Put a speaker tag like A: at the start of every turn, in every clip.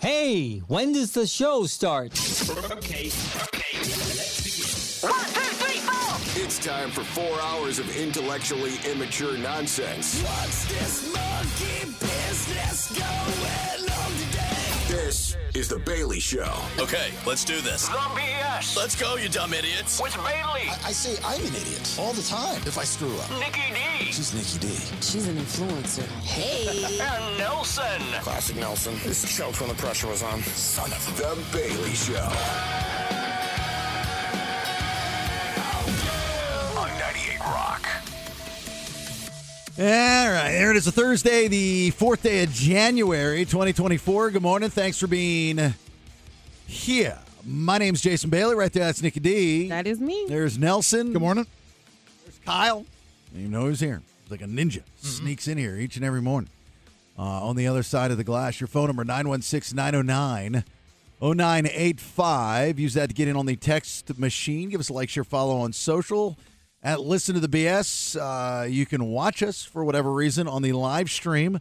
A: Hey, when does the show start?
B: Okay, okay, let's begin.
C: One, two, three, four.
D: It's time for four hours of intellectually immature nonsense.
E: What's this monkey business going on today?
D: This is The Bailey Show.
F: Okay, let's do this.
C: Some BS
F: Let's go, you dumb idiots.
C: with Bailey,
E: I say I'm an idiot all the time if I screw up.
C: Nikki D,
E: She's Nikki D.
G: She's an influencer. Hey.
C: and Nelson.
E: Classic Nelson. This choked when the pressure was on. Son of
D: The Bailey Show.
C: On 98 Rock.
H: All right, there it is. A Thursday, the fourth day of January, 2024. Good morning. Thanks for being here. My name's Jason Bailey. Right there, that's Nikki D.
I: That is me.
H: There's Nelson.
J: Good morning.
H: There's Kyle. I didn't even know he was here. He's like a ninja.
J: Mm-hmm.
H: Sneaks in here each and every morning. Uh, on the other side of the glass, your phone number 916 909 0985. Use that to get in on the text machine. Give us a like, share, follow on social. At Listen to the BS, uh, you can watch us for whatever reason on the live stream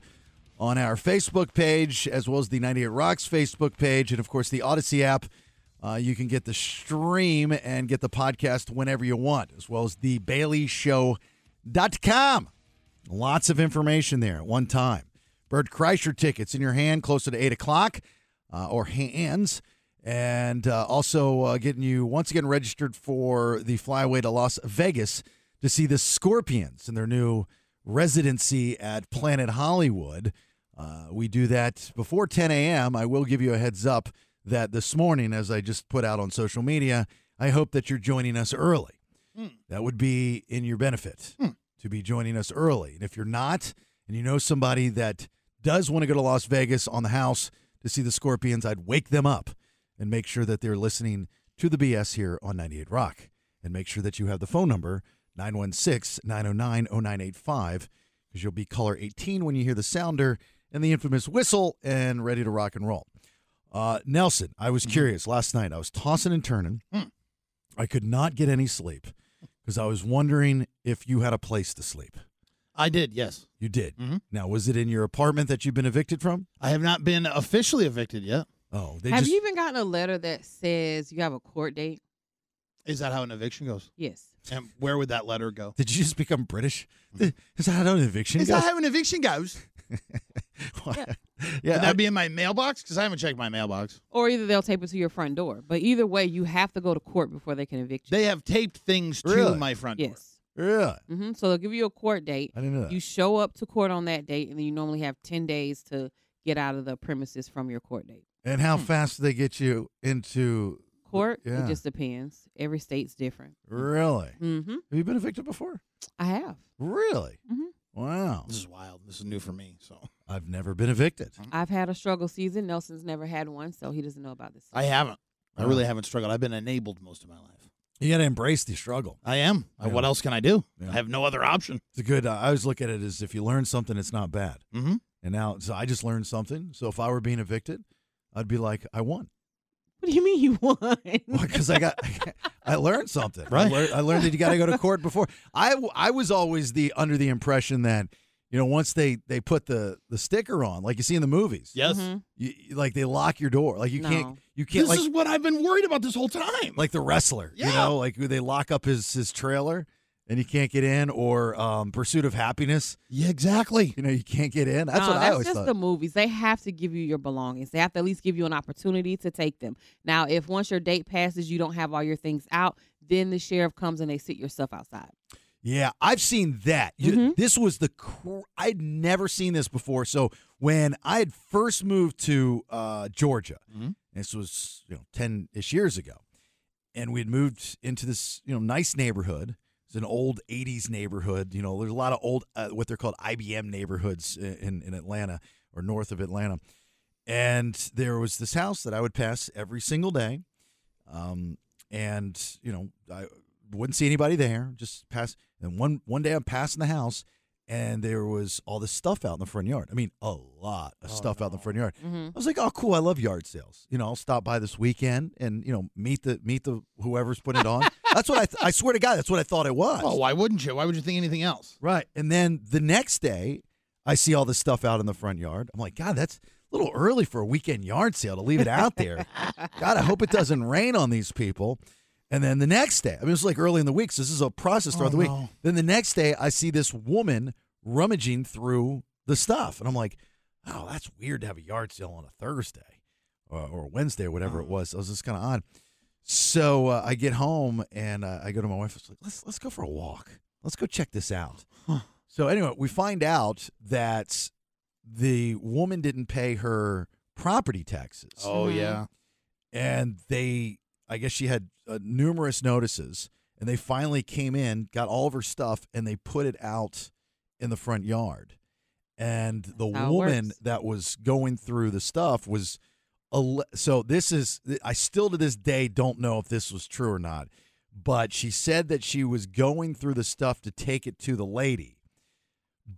H: on our Facebook page, as well as the 98 Rocks Facebook page, and of course the Odyssey app. Uh, you can get the stream and get the podcast whenever you want, as well as the BaileyShow.com. Lots of information there at one time. Bert Kreischer tickets in your hand closer to 8 o'clock uh, or hands. And uh, also uh, getting you once again registered for the flyaway to Las Vegas to see the Scorpions in their new residency at Planet Hollywood. Uh, we do that before 10 a.m. I will give you a heads up that this morning, as I just put out on social media, I hope that you're joining us early. That would be in your benefit to be joining us early. And if you're not, and you know somebody that does want to go to Las Vegas on the house to see the Scorpions, I'd wake them up and make sure that they're listening to the BS here on 98 Rock. And make sure that you have the phone number 916 909 0985 because you'll be caller 18 when you hear the sounder and the infamous whistle and ready to rock and roll. Uh, Nelson, I was curious last night. I was tossing and turning. I could not get any sleep because I was wondering if you had a place to sleep.
J: I did, yes.
H: You did.
J: Mm-hmm.
H: Now, was it in your apartment that you've been evicted from?
J: I have not been officially evicted yet.
H: Oh, they
I: have
H: just
I: you even gotten a letter that says you have a court date?
J: Is that how an eviction goes?
I: Yes.
J: And where would that letter go?
H: did you just become British? Is that an eviction?
J: Is that
H: goes?
J: how an eviction goes?
H: yeah,
J: Would
H: I-
J: that be in my mailbox? Because I haven't checked my mailbox.
I: Or either they'll tape it to your front door. But either way, you have to go to court before they can evict you.
J: They have taped things to
H: Really?
J: my front door.
I: yes.
H: yeah.
I: hmm So they'll give you a court date.
H: I didn't know that.
I: You show up to court on that date, and then you normally have 10 days to get out of the premises from your court date.
H: and
J: Hmm.
H: how fast do they get you into
I: Court,
H: Yeah.
I: it just depends. Every state's different.
H: really?
I: Mm-hmm.
H: Have you been evicted before?
I: I have.
H: Really?
J: Mm-hmm.
I: Mhm.
H: Wow.
J: This is wild. This is new for me. So
H: I've never been evicted.
I: I've had a struggle season. Nelson's never had one, so he doesn't know about this.
J: I haven't. I
H: Wow.
J: really haven't struggled. I've been enabled most of my life.
H: You got to embrace the struggle.
J: I am. I-
H: Yeah.
J: What else can I do?
H: Yeah.
J: I have no other option.
H: It's a good. Uh, I always look at it as if you learn something, it's not bad.
J: Mm-hmm.
H: And now, so I just learned something. So if I were being evicted, I'd be like, I won.
I: what do you mean you won?
H: because I got I learned something. I
J: Right.
H: lear- I learned, that you got to go to court before. I w- I was always the under the impression that you know once they they put the the sticker on, like you see in the movies,
J: Yes.
I: Mhm.
H: you, you- like they lock your door, like you
I: No.
H: can't you can't
J: This
H: like
J: is what I've been worried about this whole time.
H: like the wrestler, you
J: Yeah.
H: know, like they lock up his his trailer and you can't get in, or um, Pursuit of Happiness,
J: yeah, exactly.
H: you know, you can't get in. That's
I: No,
H: what I
I: that's
H: always
I: just
H: thought.
I: the movies. They have to give you your belongings. They have to at least give you an opportunity to take them. Now, if once your date passes, you don't have all your things out, then the sheriff comes and they sit your stuff outside.
H: Yeah, I've seen that. You-
I: Mhm.
H: This was the cr- I'd never seen this before. So when I had first moved to uh, Georgia,
J: Mhm.
H: this was you know ten ish years ago, and we had moved into this you know nice neighborhood. It's an old '80s neighborhood. You know, there's a lot of old uh, what they're called IBM neighborhoods i- in in Atlanta or north of Atlanta, and there was this house that I would pass every single day. Um, and you know, I wouldn't see anybody there. Just pass. And one one day, I'm passing the house, and there was all this stuff out in the front yard. I mean, a lot of stuff out in the front yard. I was like, oh, cool. I love yard sales. You know, I'll stop by this weekend and you know meet the meet the whoever's putting it on. that's what I th- I swear to God, that's what I thought it was.
J: Oh, why wouldn't you? Why would you think anything else?
H: Right. And then the next day, I see all this stuff out in the front yard. I'm like, God, that's A little early for a weekend yard sale to leave it out there. God, I hope it doesn't rain on these people. And then the next day, I mean, it's like early in the week, so this is a process throughout
J: Oh,
H: the week.
J: no.
H: Then the next day, I see this woman rummaging through the stuff, and I'm like, "Oh, that's weird to have a yard sale on a Thursday or, or Wednesday or whatever it
J: Oh.
H: was." I was just kind of odd. So uh, I get home and uh, I go to my wife. I was like, "Let's let's go for a walk. Let's go check this out." So anyway, we find out that the woman didn't pay her property taxes
J: Oh yeah.
H: and they i guess she had uh, numerous notices and they finally came in got all of her stuff and they put it out in the front yard and the
I: That's how it
H: woman
I: works.
H: that was going through the stuff was ele- so this is i still to this day don't know if this was true or not but she said that she was going through the stuff to take it to the lady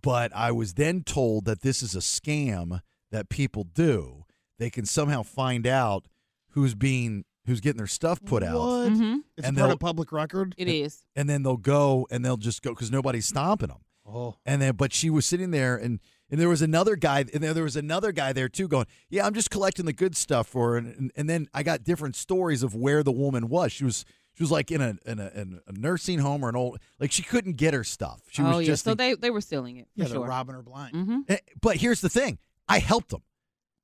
H: but I was then told that this is a scam that people do. They can somehow find out who's being who's getting their stuff put out,
J: What?
I: Mm-hmm.
J: It's
H: And
J: part
H: they'll-
J: of public record.
I: It is.
H: and then they'll go and they'll just go because nobody's stomping them.
J: Oh.
H: And then, but she was sitting there, and and there was another guy, and there, there was another guy there too, going, "Yeah, I'm just collecting the good stuff for." Her. And, and and then I got different stories of where the woman was. She was she was like in a in a, in a nursing home or an old like she couldn't get her stuff. She
I: oh
H: was
I: yeah.
H: just
I: So
H: the-
I: they they were stealing it.
J: Yeah,
I: for
J: they're
I: sure.
J: robbing her blind.
I: hmm
H: Eh, But here's the thing: I helped them.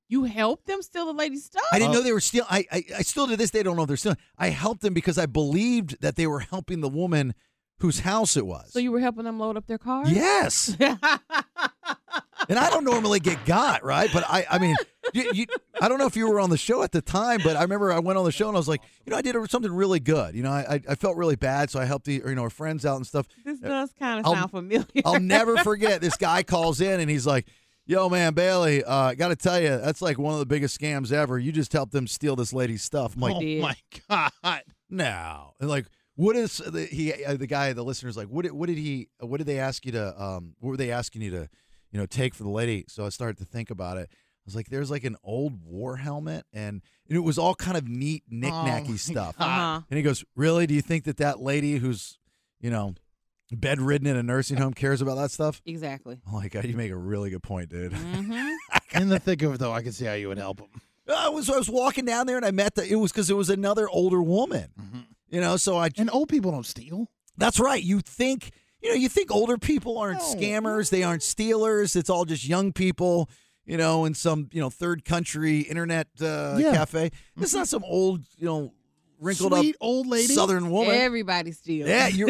I: You helped them steal the lady's stuff.
H: I didn't know they were stealing. I, I, I still to this day don't know if they're stealing. I helped them because I believed that they were helping the woman whose house it was.
I: so you were helping them load up their car.
H: yes, and I don't normally get got right, but I I mean you, you I don't know if you were on the show at the time, but I remember I went on the show and I was like, you know, I did something really good. You know, I I- I felt really bad, so I helped the you know her friends out and stuff.
I: this does kind of
H: I'll-
I: sound familiar.
H: I'll never forget. This guy calls in and he's like, "Yo, man, Bailey, uh, got to tell you, that's like one of the biggest scams ever. You just helped them steal this lady's stuff."
I: Mm-hmm.
H: I'm like,
J: oh
I: did.
J: my god.
H: "No," and like, what is the, he? Uh, the guy, the listener's like, "What? Did, what did he? What did they ask you to? Um, what were they asking you to, you know, take for the lady?" So I started to think about it. I was like, "There's like an old war helmet, and, and it was all kind of neat, knick-knacky
J: my
H: stuff."
I: Uh-huh.
H: And he goes, "Really? Do you think that that lady who's, you know, bedridden in a nursing home cares about that stuff?"
I: Exactly.
H: Oh my god, you make a really good point, dude.
I: hmm
J: In the thick of it though, I could see how you would help him.
H: I was I was walking down there and I met the it was because it was another older woman, you know. So I
J: And old people don't steal.
H: that's right. You think you know you think older people aren't
J: No.
H: scammers, they aren't stealers. It's all just young people, you know, in some you know third country internet
J: Yeah.
H: uh,
J: Mm-hmm.
H: cafe. It's not some old you know wrinkled
J: Sweet
H: up
J: old lady.
H: Southern woman.
I: Everybody steals.
H: yeah, you're.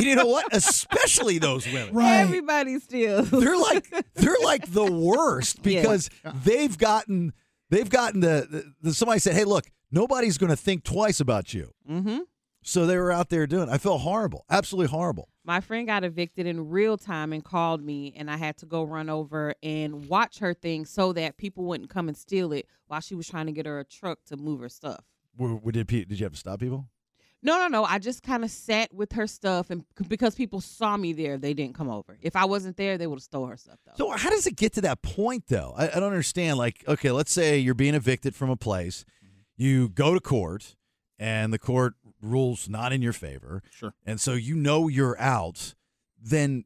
H: you know what? Especially those women.
J: Right.
I: Everybody steals.
H: they're like they're like the worst
I: Yeah.
H: because they've gotten they've gotten the, the, the somebody said, "Hey, look, nobody's going to think twice about you."
I: hmm
H: So they were out there doing. It. I felt horrible, absolutely horrible.
I: My friend got evicted in real time and called me, and I had to go run over and watch her thing so that people wouldn't come and steal it while she was trying to get her a truck to move her stuff.
H: Were, were- did pe- did you have to stop people?
I: No, no, no. I just kind of sat with her stuff, and c- because people saw me there, they didn't come over. If I wasn't there, they would have stole her stuff though.
H: So how does it get to that point though? I, I don't understand. Like, okay, let's say you're being evicted from a place, you go to court, and the court rules not in your favor,
J: Sure.
H: and so you know you're out. Then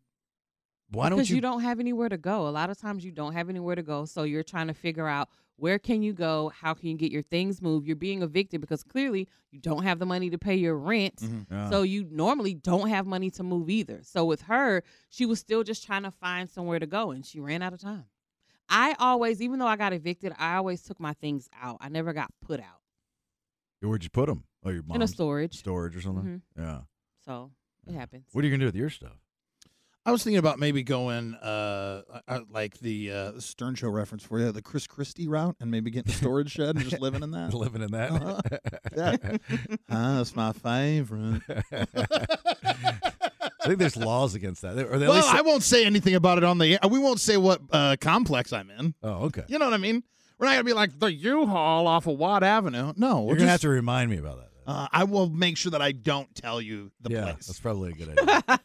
H: why don't
I: because
H: you?
I: you don't have anywhere to go. A lot of times you don't have anywhere to go, so you're trying to figure out where can you go, how can you get your things moved. You're being evicted because clearly you don't have the money to pay your rent.
H: Mm-hmm.
I: So you normally don't have money to move either. So with her, she was still just trying to find somewhere to go and she ran out of time. I always, even though I got evicted, I always took my things out. I never got put out
H: Where'd you put them? Oh, your mom's
I: in a storage.
H: storage or something. Yeah.
I: So it happens.
H: What are you gonna do with your stuff?
J: I was thinking about maybe going uh, uh, uh, like the uh, Stern Show reference for you, the Chris Christie route, and maybe getting a storage shed and just living in that.
H: Living in that.
J: Uh-huh. Yeah. Ah, that's my favorite.
H: I think there's laws against that. Or they at
J: Well,
H: least-
J: I won't say anything about it on the air. We won't say what uh, complex I'm in.
H: oh, okay.
J: You know what I mean? We're not gonna be like the U-Haul off of Watt Avenue. No, we're
H: You're gonna have to remind me about that.
J: Uh, I will make sure that I don't tell you the
H: yeah,
J: place.
H: that's probably a good idea.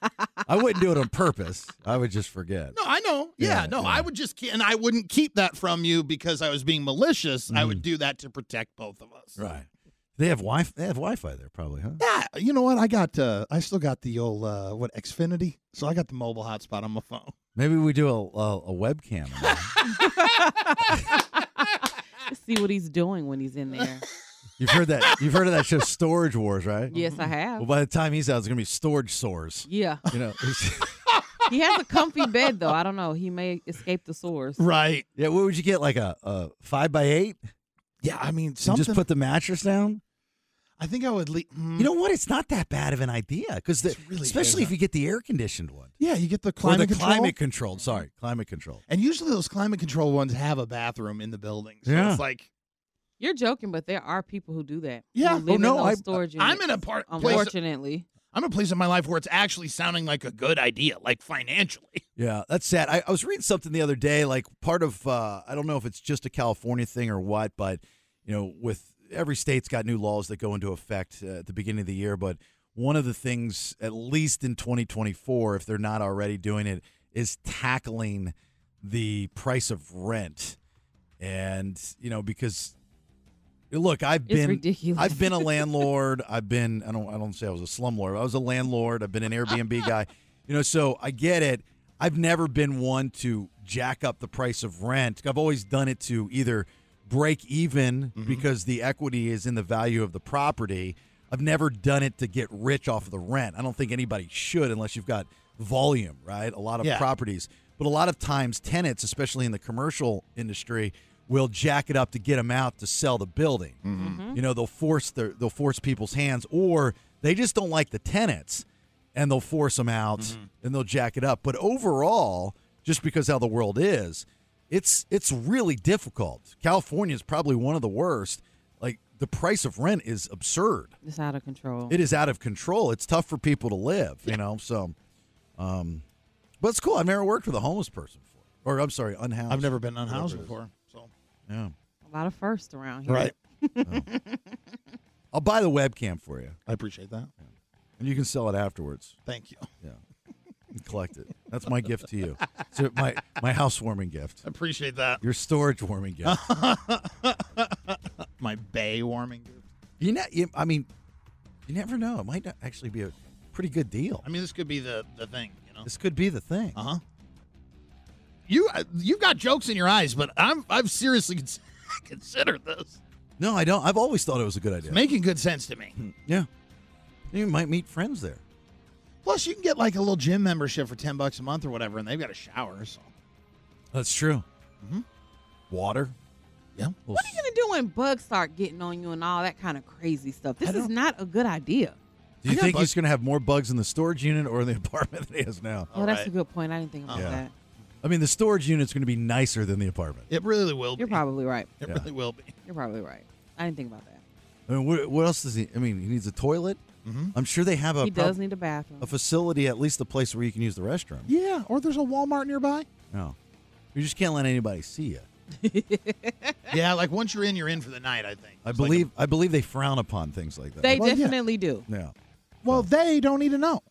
H: I wouldn't do it on purpose. I would just forget.
J: No, I know. Yeah,
H: Yeah,
J: no,
H: yeah.
J: I would just ke- and I wouldn't keep that from you because I was being malicious. I would do that to protect both of us.
H: Mm. Right. They have Wi. They have Wi-Fi there, probably, huh?
J: Yeah, you know what? I got uh I still got the old uh what Xfinity. So I got the mobile hotspot on my phone.
H: Maybe we do a a, a webcam.
I: see what he's doing when he's in there.
H: You've heard that. You've heard of that show, Storage Wars, right?
I: yes, I have.
H: Well, by the time he's out, it's gonna be storage sores.
I: yeah.
H: You know.
I: He has a comfy bed though. I don't know. He may escape the sores.
J: Right.
H: yeah. What would you get? Like a, a five by eight?
J: Yeah, I mean,
H: And
J: something.
H: just put the mattress down.
J: I think I would hmm. leave.
H: You know what? It's not that bad of an idea because
J: It's really
H: especially if
J: isn't.
H: you get the air conditioned one
J: yeah, you get the climate
H: or the
J: control.
H: climate controlled. Sorry, climate control.
J: and usually those climate control ones have a bathroom in the building. So
H: Yeah.
J: it's like,
I: You're joking, but there are people who do that. who
J: Yeah. Oh,
I: live in
J: no,
I: those
J: I-
I: storage
J: I'm
I: units,
J: in a part- place-
I: Unfortunately,
J: I'm in a place in my life where it's actually sounding like a good idea, like financially.
H: Yeah, that's sad. I, I was reading something the other day, like part of uh, I don't know if it's just a California thing or what, but you know, with every state's got new laws that go into effect uh, at the beginning of the year. But one of the things, at least in 2024, if they're not already doing it, is tackling the price of rent. And you know, because look, I've
I: It's
H: been
I: ridiculous.
H: I've been a landlord. I've been I don't I don't say I was a slumlord. but I was a landlord. I've been an Airbnb guy. You know, so I get it. I've never been one to jack up the price of rent. I've always done it to either break even because the equity is in the value of the property. I've never done it to get rich off of the rent. I don't think anybody should unless you've got volume, right? A lot of
J: Yeah.
H: properties. But a lot of times tenants, especially in the commercial industry, will jack it up to get them out to sell the building. You know, they'll force their they'll force people's hands or they just don't like the tenants and they'll force them out and they'll jack it up. But overall, just because how the world is, it's it's really difficult. California is probably one of the worst. Like the price of rent is absurd.
I: it's out of control.
H: It is out of control. It's tough for people to live, you know. So, um, but it's cool. I've never worked with a homeless person before, or I'm sorry, unhoused.
J: I've never been unhoused before. So
H: Yeah.
I: a lot of first around here.
H: I'll buy the webcam for you,
J: I appreciate that.
H: and you can sell it afterwards
J: Thank you.
H: and collect it. That's my gift to you. So my my housewarming gift,
J: I appreciate that.
H: your storage warming gift.
J: My bay warming.
H: You know, you, I mean, you never know. It might not actually be a pretty good deal.
J: I mean, this could be the the thing, you know.
H: This could be the thing.
J: Uh huh. You uh, you've got jokes in your eyes, but I'm I've seriously cons- considered this.
H: No, I don't. I've always thought it was a good idea.
J: It's making good sense to me.
H: yeah, you might meet friends there.
J: Plus, you can get like a little gym membership for ten bucks a month or whatever, and they've got a shower. So
H: That's true. Mm-hmm. Water.
J: yeah,
I: What are you gonna do when bugs start getting on you and all that kind of crazy stuff? This is not a good idea.
H: Do you
J: Yeah,
H: think
J: bug-
H: he's going to have more bugs in the storage unit or in the apartment than he has now?
I: Oh, that's
J: right.
I: a good point. I didn't think about
H: Yeah.
I: that.
H: I mean, the storage unit's going to be nicer than the apartment.
J: it really will.
I: You're
J: be.
I: probably right.
J: It
H: Yeah.
J: really will be.
I: You're probably right. I didn't think about that.
H: I mean, what, what else does he? I mean, he needs a toilet.
J: Mm-hmm.
H: I'm sure they have a
I: he
H: prob-
I: does need a bathroom.
H: a facility, at least a place where you can use the restroom.
J: Yeah, or there's a Walmart nearby.
H: No, you just can't let anybody see you.
J: yeah, like once you're in, you're in for the night. I think.
H: I
J: It's like a-
H: believe I believe they frown upon things like that.
I: they
J: Well, yeah.
I: definitely do.
H: no,
J: well, they don't need to know.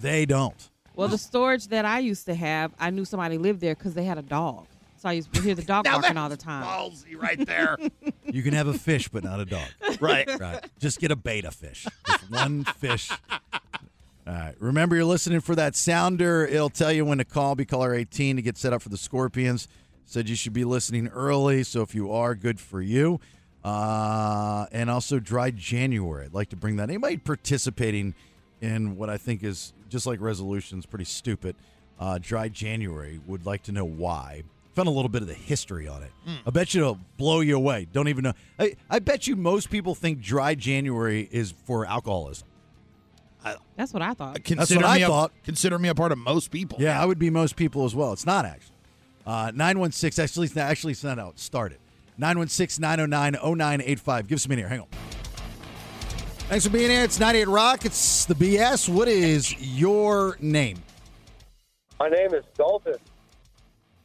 H: they don't.
I: Well, the storage that I used to have, I knew somebody lived there because they had a dog. So I used to hear the dog barking all the
J: that's
I: time.
J: Ballsy, right there.
H: You can have a fish, but not a dog.
J: right.
H: Right. Just get a beta fish. Just one fish. All right. Remember, you're listening for that sounder. It'll tell you when to call. Be caller 18 to get set up for the Scorpions. Said you should be listening early. So if you are, good for you. Uh, and also dry January. I'd like to bring that. Anybody participating in what I think is just like resolutions, pretty stupid. Uh, dry January would like to know why. Found a little bit of the history on it. I bet you it'll blow you away. Don't even know. I, I bet you most people think dry January is for alcoholism.
I: That's what I thought.
J: Consider
H: what I
J: me a-
H: thought.
J: Consider me a part of most people.
H: Yeah, I would be most people as well. It's not actually. Uh, 916, actually, it's not, actually, it's not out. Start it. 916 909 0985. Give us a minute here. Hang on. Thanks for being here. It's 98 Rock. It's the BS. What is your name?
K: My name is Dalton.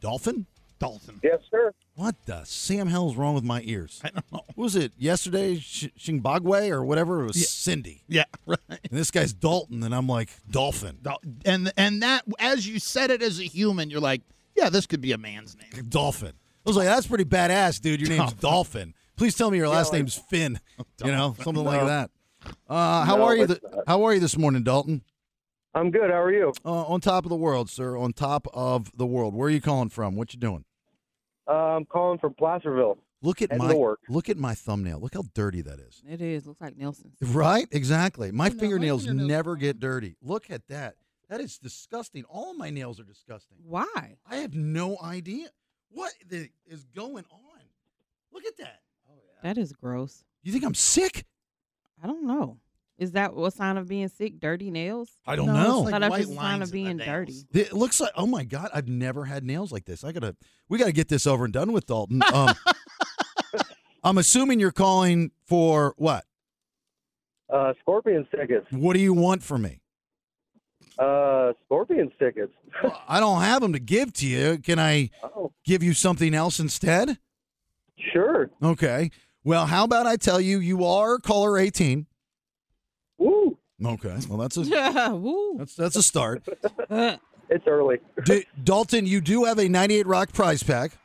H: Dolphin?
J: Dalton.
K: Yes, sir.
H: What the Sam hell's wrong with my ears? I don't know. What was it yesterday? Sh- Shingbagwe or whatever? It was Cindy.
J: Yeah, right.
H: And this guy's Dalton, and I'm like, Dolphin.
J: Dal- And and that as you said it as a human, you're like, yeah, this could be a man's name.
H: Dolphin. I was like, that's pretty badass, dude. Your name's
J: Dolphin.
H: Dolphin. Please tell me your last name's Finn. You know,
J: Dolphin.
H: something like that. Uh, how
K: No,
H: are you?
K: it's
H: th-
K: not.
H: how are you this morning, Dalton?
K: I'm good. How are you?
H: Uh, on top of the world, sir. On top of the world. Where are you calling from? What you doing?
K: Uh, I'm calling from Placerville.
H: Look at
K: Heading
H: my
K: to work.
H: look at my thumbnail. Look how dirty that is.
I: It is. Looks like Nelson's.
H: Right? Exactly. My
J: no, my
H: fingernails
J: fingernails
H: never get dirty. Look at that. That is disgusting. All of my nails are disgusting.
I: Why?
H: I have no idea what the, is going on. Look at that.
J: Oh,
I: That is gross.
H: You think I'm sick?
I: I don't know. Is that a sign of being sick? Dirty nails?
H: I don't No, know. it's like
I: Thought that was
H: white
I: just a sign
H: lines
I: of
H: in the
I: being dirty.
H: It looks like oh my god, I've never had nails like this. I gotta we gotta get this over and done with, Dalton. Um, I'm assuming you're calling for what?
K: Uh, scorpion tickets.
H: What do you want from me?
K: Uh, scorpion tickets.
H: I don't have them to give to you. Can I give you something else instead?
K: Oh, Sure.
H: Okay. Well, how about I tell you you are caller 18.
K: Woo.
H: Okay. Well, that's a
I: Woo.
H: that's that's a start.
K: it's early.
H: D- Dalton, you do have a 98 Rock prize pack.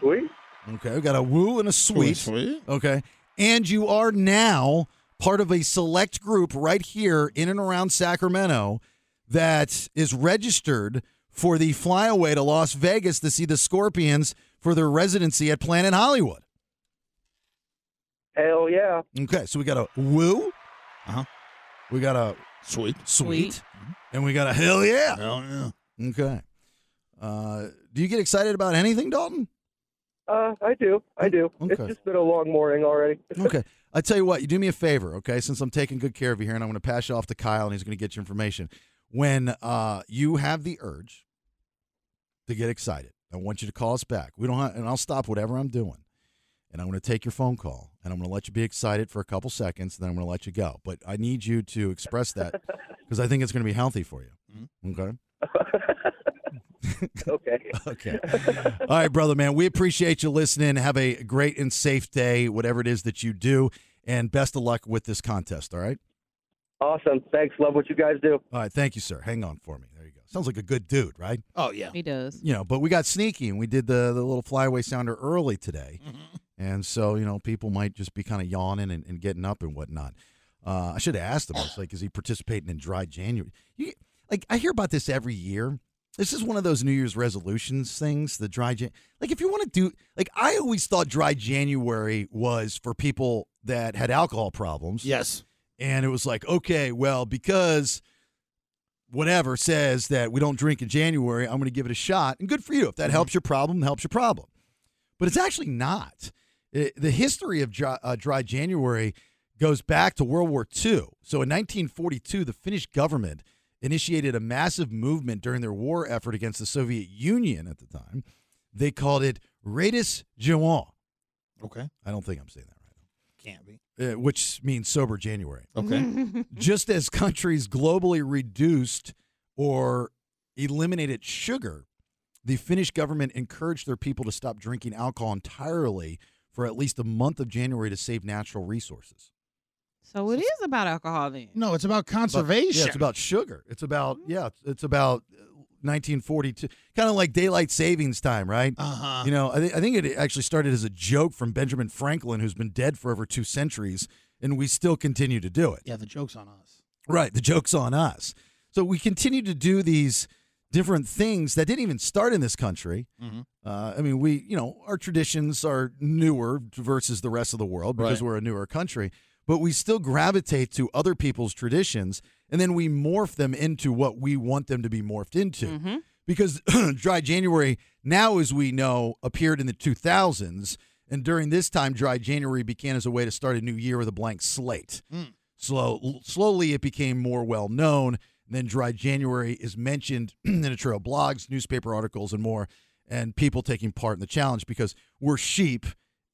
K: Sweet.
H: Okay, we got a woo and a sweet.
J: sweet.
H: Okay. And you are now part of a select group right here in and around Sacramento that is registered for the flyaway to Las Vegas to see the Scorpions for their residency at Planet Hollywood.
K: Hell yeah.
H: Okay, so we got a woo. Uh-huh. We got a
J: sweet.
H: Sweet. And we got a hell yeah.
J: Hell yeah.
H: Okay. Uh, do you get excited about anything, Dalton?
K: Uh, I do. I do. It's
H: Okay.
K: just been a long morning already.
H: Okay. I tell you what, you do me a favor, okay? Since I'm taking good care of you here, and I'm going to pass you off to Kyle, and he's going to get your information. When uh, you have the urge to get excited, I want you to call us back. We don't, have, and I'll stop whatever I'm doing, and I'm going to take your phone call, and I'm going to let you be excited for a couple seconds, and then I'm going to let you go. But I need you to express that because I think it's going to be healthy for you. Okay.
K: okay.
H: Okay. All right, brother, man. We appreciate you listening. Have a great and safe day, whatever it is that you do, and best of luck with this contest. All right.
K: Awesome. Thanks. Love what you guys do.
H: All right. Thank you, sir. Hang on for me. There you go. Sounds like a good dude, right?
J: Oh yeah.
I: He does.
H: You know, but we got sneaky and we did the the little flyaway sounder early today, and so you know people might just be kind of yawning and, and getting up and whatnot. Uh, I should have asked him. I was like, is he participating in dry January? You, like I hear about this every year. This is one of those New Year's resolutions things. The dry Jan. Like if you want to do like I always thought dry January was for people that had alcohol problems.
J: Yes.
H: And it was like, okay, well, because whatever says that we don't drink in January, I'm going to give it a shot. And good for you. If that helps your problem, helps your problem. But it's actually not. It- the history of dry, uh, dry January goes back to World War II. So in 1942, the Finnish government initiated a massive movement during their war effort against the Soviet Union at the time. They called it Raidus Juan.
J: Okay.
H: I don't think I'm saying that
J: Can't be.
H: right, uh, which means sober January
J: Okay.
H: just as countries globally reduced or eliminated sugar, the Finnish government encouraged their people to stop drinking alcohol entirely for at least a month of January to save natural resources.
I: So it is about alcohol then.
J: no, it's about
H: But-
J: conservation. Mm-hmm.
H: yeah, it's about sugar. It's about yeah, it's, it's about uh, 1942, kind of like daylight savings time, right?
J: Uh-huh.
H: You know, I, th- I think it actually started as a joke from Benjamin Franklin, who's been dead for over two centuries, and we still continue to do it.
J: yeah, the joke's on us.
H: Right. The joke's on us. So we continue to do these different things that didn't even start in this country. Uh, I mean, we, you know, our traditions are newer versus the rest of the world because
J: Right.
H: we're a newer country, but we still gravitate to other people's traditions and then we morph them into what we want them to be morphed into.
I: Mm-hmm.
H: Because Dry January, now as we know, appeared in the 2000s. And during this time, Dry January began as a way to start a new year with a blank slate. Slow, slowly, it became more well known. And then Dry January is mentioned in a trail of blogs, newspaper articles, and more, and people taking part in the challenge because we're sheep.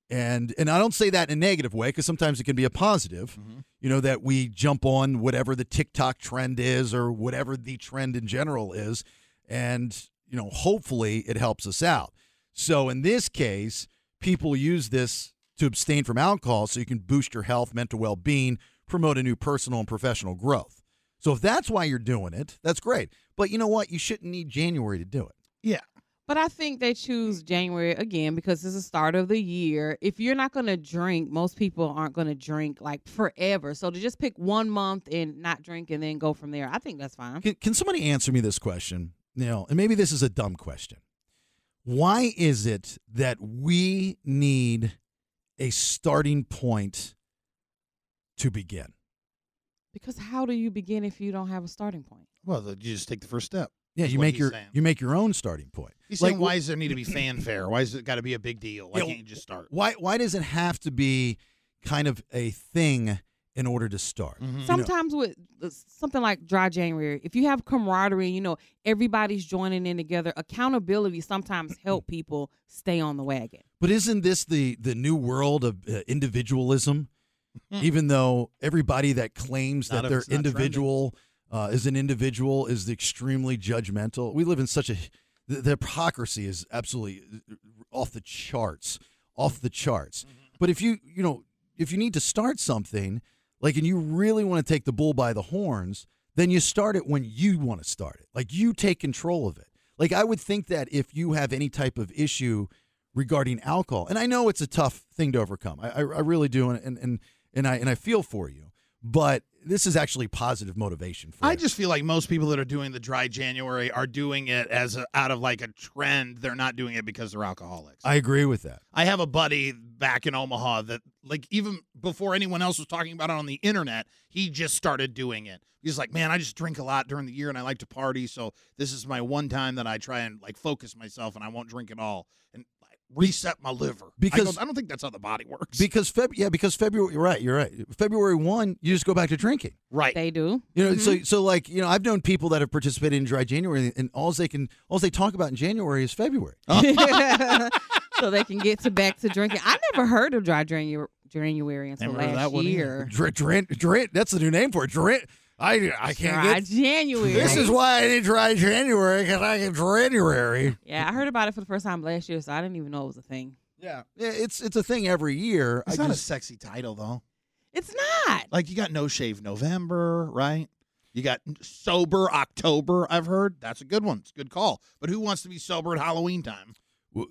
H: And and I don't say that in a negative way because sometimes it can be a positive, you know, that we jump on whatever the TikTok trend is or whatever the trend in general is, and you know, hopefully it helps us out. So in this case, people use this to abstain from alcohol so you can boost your health, mental well being, promote a new personal and professional growth. So if that's why you're doing it, that's great. But you know what? You shouldn't need January to do it.
J: Yeah.
I: But I think they choose January again because it's the start of the year. If you're not going to drink, most people aren't going to drink like forever. So to just pick one month and not drink and then go from there, I think that's fine.
H: Can, can somebody answer me this question? You know, and maybe this is a dumb question. Why is it that we need a starting point to begin?
I: Because how do you begin if you don't have a starting point?
J: Well, the, you just take the first step.
H: Yeah,
J: is
H: you
J: what
H: make
J: he's
H: your
J: saying.
H: you make your own starting point.
J: He's
H: Like,
J: saying, why does there need to be fanfare? Why does it got to be a big deal? Why
H: Yeah,
J: can't you just start?
H: Why why does it have to be kind of a thing in order to start?
J: Mm-hmm.
H: You know,
I: Sometimes with uh, something like dry January, if you have camaraderie, you know everybody's joining in together. Accountability sometimes help people stay on the wagon.
H: But isn't this the the new world of uh, individualism? Even though everybody that claims
J: Mm-hmm. Not
H: that
J: if
H: they're
J: it's not
H: individual uh, is an individual is extremely judgmental. We live in such a the, the hypocrisy is absolutely uh, off the charts, off the charts.
J: Mm-hmm.
H: But if you you know if you need to start something like and you really want to take the bull by the horns, then you start it when you want to start it. Like you take control of it. Like I would think that if you have any type of issue regarding alcohol. And I know it's a tough thing to overcome. I, I, I really do, and, and and and I and I feel for you. But this is actually positive motivation. For
J: I just feel like most people that are doing the dry January are doing it as a, out of like a trend. They're not doing it because they're alcoholics.
H: I agree with that.
J: I have a buddy back in Omaha that, like, even before anyone else was talking about it on the internet, he just started doing it. He's like, man, I just drink a lot during the year and I like to party. So this is my one time that I try and, like, focus myself and I won't drink at all and like, reset my liver. I
H: Because-
J: go, I, don't think that's how the body works.
H: Because Feb, yeah, because February. You're right. You're right. February one, you just go back to drinking.
J: right.
I: They do.
H: You know,
J: Mm-hmm.
H: so so like you know, I've known people that have participated in Dry January, and all they can all they talk about in January is February.
I: so they can get to back to drinking. I never heard of dry Janu- January until
J: Never heard of
I: last
J: that one either.
I: year.
H: Dr- drin- drin- that's the new name for it. Drin- I I can't
I: Dry
H: get.
I: January.
H: This is why I need Dry January because I get January.
I: yeah, I heard about it for the first time last year, so I didn't even know it was a thing.
J: Yeah.
H: Yeah, it's it's a thing every year.
J: It's
H: I
J: not
H: just,
J: a sexy title, though.
I: It's not.
J: Like, you got No Shave November, right? You got Sober October, I've heard. That's a good one. It's a good call. But who wants to be sober at Halloween time?
H: Well,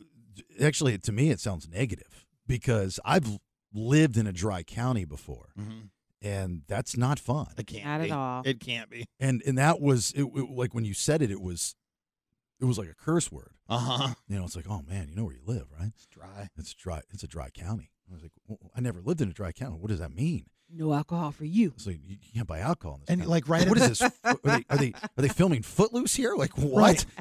H: actually, to me, it sounds negative because I've lived in a dry county before,
J: Mhm.
H: and that's not fun.
J: It can't
I: Not at
J: be.
I: all.
J: It can't be.
H: And and that was it, it- like when you said it, it was it was like a curse word.
J: Uh huh.
H: You know, it's like, oh man, you know where you live, right?
J: It's dry.
H: It's dry. It's a dry county. I was like, well, I never lived in a dry county. What does that mean?
I: No alcohol for you.
H: It's like you can't buy alcohol. In this
J: And,
H: county.
J: like, right
H: what
J: at
H: is this? Are they, are they are they filming Footloose here? Like what?
J: Right.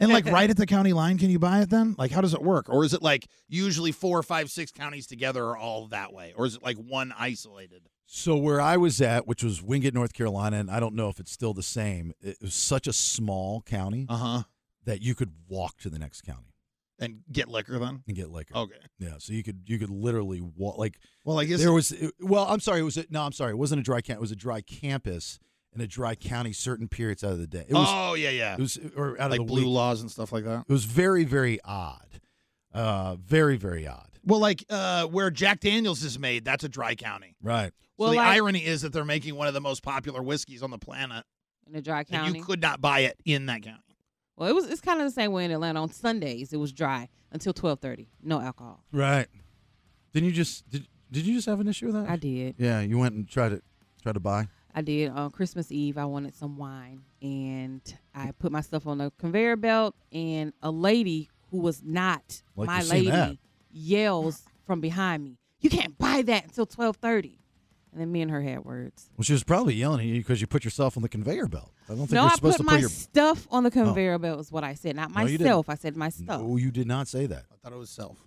J: And like right at the county line, can you buy it then? Like, how does it work? Or is it like usually four, five, six counties together are all that way? Or is it like one isolated?
H: So where I was at, which was Wingate, North Carolina, and I don't know if it's still the same. It was such a small county
J: Uh huh.
H: that you could walk to the next county
J: And get liquor then?
H: and get liquor.
J: Okay.
H: Yeah, so you could you could literally walk like
J: Well, I guess
H: there was. it- well, I'm sorry, it was a, no, I'm sorry, it wasn't a dry camp. It was a dry campus and a dry county certain periods out of the day. It was
J: oh, yeah, yeah.
H: it was or out
J: like
H: of the
J: blue
H: week.
J: laws and stuff like that.
H: It was very very odd, uh, very very odd.
J: Well, like uh, where Jack Daniels is made, that's a dry county.
H: Right.
J: Well,
I: Well,
J: the
I: like-
J: irony is that they're making one of the most popular whiskeys on the planet,
I: In a dry
J: and
I: county.
J: you could not buy it in that county.
I: well, it was. It's kind of the same way in Atlanta. On Sundays, it was dry until twelve thirty. No alcohol.
H: Right. Didn't you just did did you just have an issue with that?
I: I did.
H: Yeah, you went and tried to try to buy.
I: I did on Christmas Eve. I wanted some wine, and I put myself on a conveyor belt. And a lady who was not
H: Like
I: my
H: you seen
I: lady
H: that.
I: yells from behind me, "You can't buy that until twelve 12:30. And then me and her had words.
H: Well, she was probably yelling at you because you put yourself on the conveyor belt. I don't think
I: No,
H: you're
I: I
H: supposed to
I: put
H: put
I: my
H: your. Oh.
I: stuff on the conveyor belt. Is what I said, not
H: No, you didn't.
I: myself. I said my stuff.
H: No, Oh, you did not say that.
J: I thought it was self.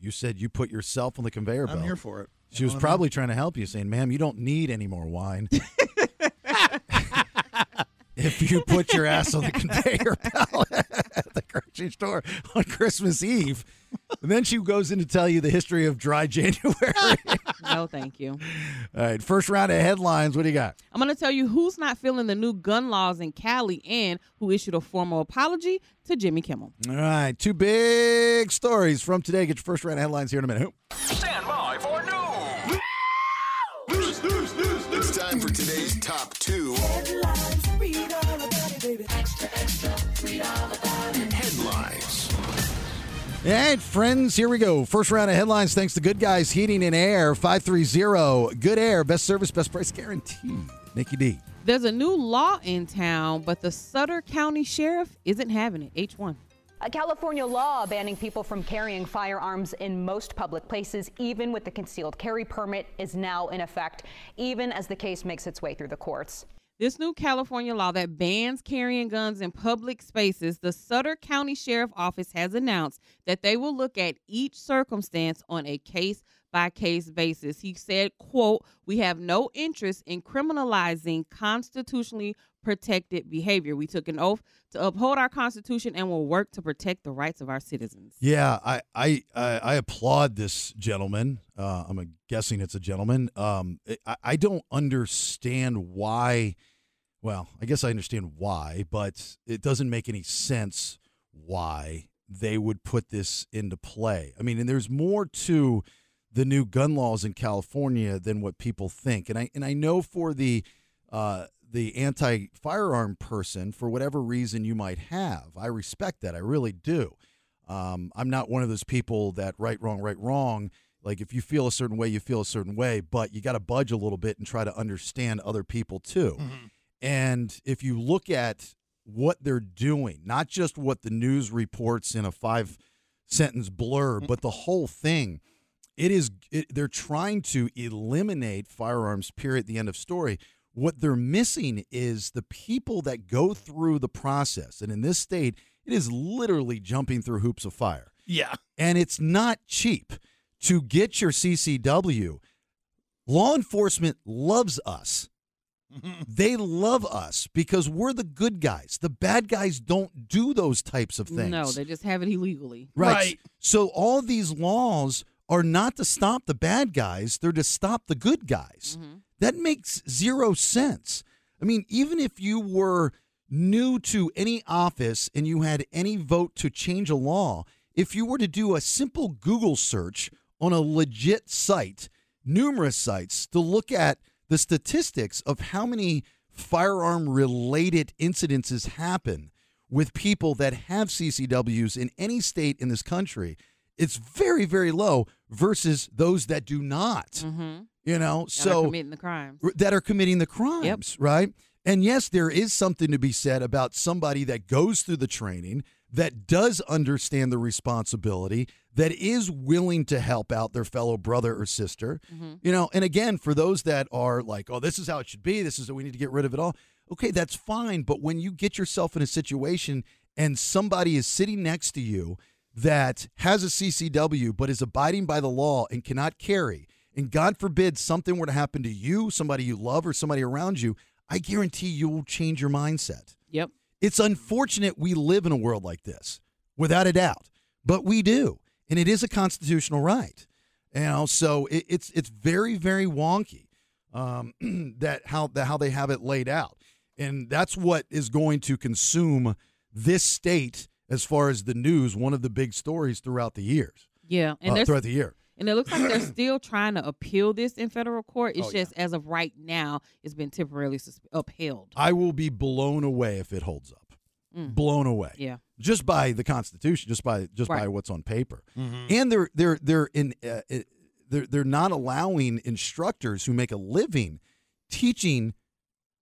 H: You said you put yourself on the conveyor
J: I'm
H: belt.
J: here for it.
H: she was probably trying to help you, saying, "Ma'am, you don't need any more wine." if you put your ass on the conveyor belt at the grocery store on Christmas Eve, and then she goes in to tell you the history of dry January.
I: no, thank you.
H: All right, first round of headlines. What do you got?
I: I'm going to tell you who's not feeling the new gun laws in Cali and who issued a formal apology to Jimmy Kimmel.
H: All right, two big stories from today. Get your first round of headlines here in a minute.
C: Stand by for news.
D: It's time for today's top two. Headlines.
H: All right, friends, here we go. First round of headlines thanks to Good Guys Heating and Air 530. Good air, best service, best price guaranteed. Nikki D.
I: There's a new law in town, but the Sutter County Sheriff isn't having it. H1.
L: A California law banning people from carrying firearms in most public places, even with the concealed carry permit, is now in effect, even as the case makes its way through the courts.
I: This new California law that bans carrying guns in public spaces, the Sutter County Sheriff Office has announced that they will look at each circumstance on a case by case basis. He said, quote, "We have no interest in criminalizing constitutionally protected behavior. We took an oath to uphold our constitution and will work to protect the rights of our citizens."
H: Yeah, I I I I applaud this gentleman. Uh, I'm guessing it's a gentleman. Um, I, I don't understand why. Well, I guess I understand why, but it doesn't make any sense why they would put this into play. I mean, and there's more to the new gun laws in California than what people think. And I and I know for the uh, the anti firearm person, for whatever reason you might have, I respect that. I really do. Um, I'm not one of those people that right, wrong, right, wrong. Like if you feel a certain way, you feel a certain way, but you got to budge a little bit and try to understand other people too. And if you look at what they're doing, not just what the news reports in a five sentence blurb, but the whole thing it is it, they're trying to eliminate firearms period the end of story what they're missing is the people that go through the process and in this state it is literally jumping through hoops of fire
J: Yeah.
H: and it's not cheap to get your ccw law enforcement loves us they love us because we're the good guys the bad guys don't do those types of things
I: No, they just have it illegally.
H: Right. So all these laws are not to stop the bad guys, they're to stop the good guys. That makes zero sense. I mean, even if you were new to any office and you had any vote to change a law, if you were to do a simple Google search on a legit site, numerous sites, to look at the statistics of how many firearm related incidences happen with people that have CCWs in any state in this country, it's very, very low versus those that do not.
I: Mm-hmm.
H: You know, so
I: committing the crimes.
H: r- that are committing the crimes, right? And yes, there is something to be said about somebody that goes through the training, that does understand the responsibility, that is willing to help out their fellow brother or sister. You know, and again, for those that are like, oh, this is how it should be, this is we need to get rid of it all. Okay, that's fine, but when you get yourself in a situation and somebody is sitting next to you that has a CCW but is abiding by the law and cannot carry, and God forbid something were to happen to you, somebody you love, or somebody around you, I guarantee you will change your mindset.
I: Yep.
H: It's unfortunate we live in a world like this, without a doubt, but we do, and it is a constitutional right. You know, so it, it's it's very very wonky um, that how that how they have it laid out, and that's what is going to consume this state as far as the news. One of the big stories throughout the years,
I: Yeah,
H: uh,
I: and there's
H: throughout the year.
I: And it looks like they're still trying to appeal this in federal court. It's
H: Oh, yeah.
I: just as of right now, it's been temporarily sus- upheld.
H: I will be blown away if it holds up.
I: Mm.
H: Blown away.
I: Yeah.
H: Just by the Constitution, just by just by what's on paper,
J: Mhm.
H: and they're they're they're in uh, uh, they're they're not allowing instructors who make a living teaching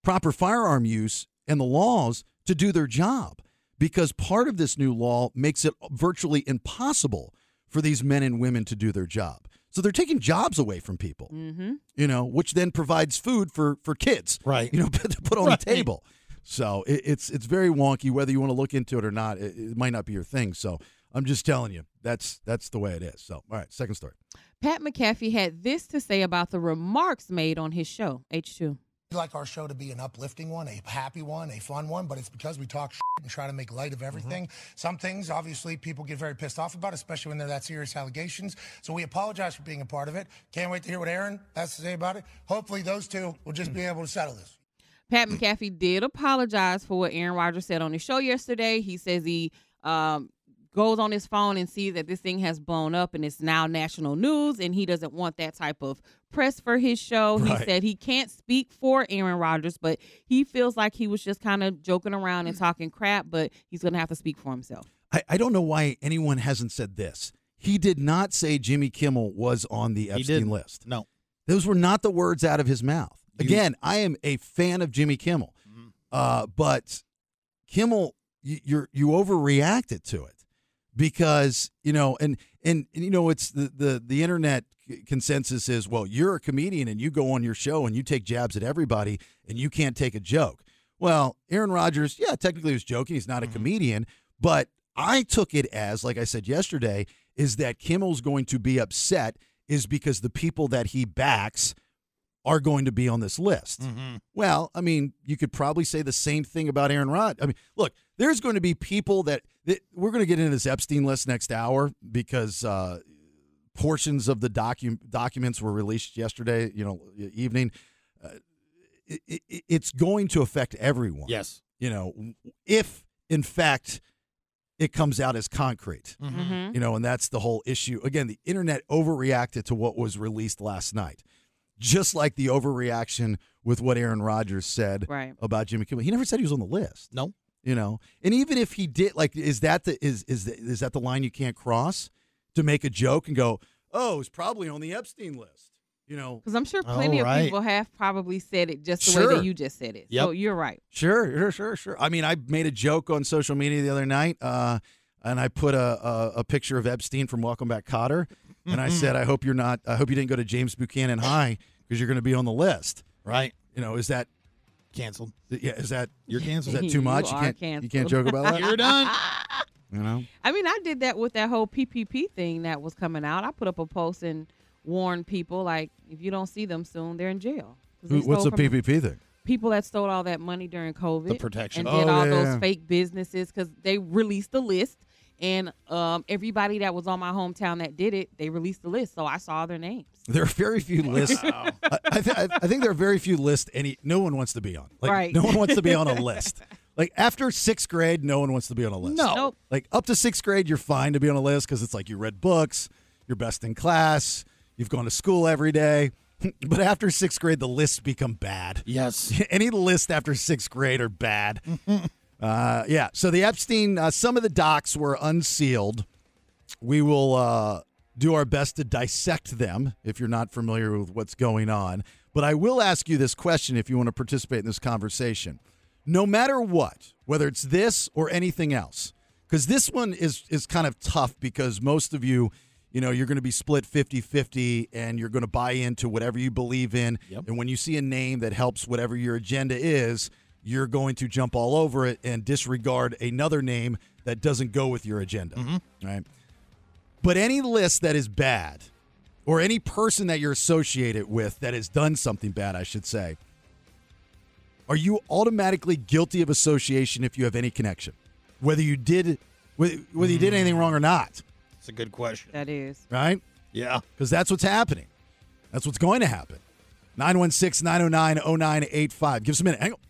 H: proper firearm use and the laws to do their job because part of this new law makes it virtually impossible for these men and women to do their job. So they're taking jobs away from people
I: Mm-hmm.
H: you know, which then provides food for for kids, right? You know, to put on
J: Right.
H: the table. So it, it's it's very wonky whether you want to look into it or not. It, it might not be your thing. So I'm just telling you that's that's the way it is. So all right, second story.
I: Pat McAfee had this to say about the remarks made on his show, H2.
M: We'd like our show to be an uplifting one, a happy one, a fun one, but it's because we talk shit and try to make light of everything. Some things, obviously, people get very pissed off about, especially when they're that serious allegations. So we apologize for being a part of it. Can't wait to hear what Aaron has to say about it. Hopefully, those two will just be able to settle this.
I: Pat McAfee did apologize for what Aaron Rodgers said on his show yesterday. He says he um, goes on his phone and sees that this thing has blown up and it's now national news, and he doesn't want that type of press for his show. He
N: Right.
I: said he can't speak for Aaron Rodgers, but he feels like he was just kind of joking around and talking crap, but he's going to have to speak for himself.
H: I, I don't know why anyone hasn't said this. He did not say Jimmy Kimmel was on the Epstein
J: didn't.
H: list.
J: No.
H: Those were not the words out of his mouth. Again, I am a fan of Jimmy Kimmel, uh, but Kimmel, you, you're you overreacted to it. because you know and and, and you know it's the, the the internet c- consensus is well you're a comedian and you go on your show and you take jabs at everybody and you can't take a joke well aaron rodgers yeah technically he was joking he's not a comedian but i took it as like i said yesterday is that kimmel's going to be upset is because the people that he backs are going to be on this list.
J: Mm-hmm.
H: Well, I mean, you could probably say the same thing about Aaron Rod. I mean, look, there's going to be people that, that we're going to get into this Epstein list next hour because uh, portions of the docu- documents were released yesterday, you know, e-, evening. Uh, it, it, it's going to affect everyone.
J: Yes.
H: You know, if in fact it comes out as concrete,
I: Mm-hmm.
J: Mhm.
H: you know, and that's the whole issue. Again, the internet overreacted to what was released last night just like the overreaction with what Aaron Rodgers said
I: Right.
H: about Jimmy Kimmel. He never said he was on the list.
J: No.
H: You know, and even if he did, like, is that the is is the, is that the line you can't cross to make a joke and go, oh, it's probably on the Epstein list. You know,
I: Because I'm sure plenty
H: Alright.
I: of people have probably said it just the way
H: Sure.
I: that you just said it. So
H: Yep.
I: you're right.
H: Sure, sure, sure, sure. I mean, I made a joke on social media the other night, uh, and I put a, a a picture of Epstein from Welcome Back, Cotter, and I said, I hope you're not. I hope you didn't go to James Buchanan High because you're going to be on the list.
J: Right.
H: You know, is that
J: canceled?
H: Yeah. Is that
J: you're canceled?
H: Is that too much?
I: You,
H: you
I: are
H: can't.
I: canceled.
H: You can't joke about that.
J: You're done.
H: You know.
I: I mean, I did that with that whole PPP thing that was coming out. I put up a post and warned people like, if you don't see them soon, they're in jail. 'Cause they
H: Who- What's
I: stole
H: a
I: from-
H: PPP thing?
I: People that stole all that money during COVID,
J: The protection.
I: and did
J: Oh,
I: all
J: yeah,
I: those
J: yeah.
I: fake businesses because they released the list, and um, everybody that was on my hometown that did it, they released the list, so I saw their names.
H: There are very few lists. I, I, th- I I think there are very few lists. Any no one wants to be on. Like,
I: Right.
H: No one wants to be on a list. Like after sixth grade, no one wants to be on a list.
J: No. Nope.
H: Like up to sixth grade, you're fine to be on a list because it's like you read books, you're best in class, you've gone to school every day. But after sixth grade, the lists become bad.
J: Yes.
H: Any list after sixth grade are bad. uh, yeah. So the Epstein, uh, some of the docs were unsealed. We will uh, do our best to dissect them if you're not familiar with what's going on. But I will ask you this question if you want to participate in this conversation. No matter what, whether it's this or anything else, because this one is, is kind of tough because most of you, you know, you're going to be split 50 50 and you're going to buy into whatever you believe in. And when you see a name that helps whatever your agenda is, you're going to jump all over it and disregard another name that doesn't go with your agenda. Right. But any list that is bad, or any person that you're associated with that has done something bad, I should say, are you automatically guilty of association if you have any connection, whether you did, whether whether you did anything wrong or not?
J: It's a good question.
I: That is.
H: right?
J: Yeah.
H: Because that's what's oh happening. That's what's going to happen. 916 909 0985. Give us a minute. Hang on.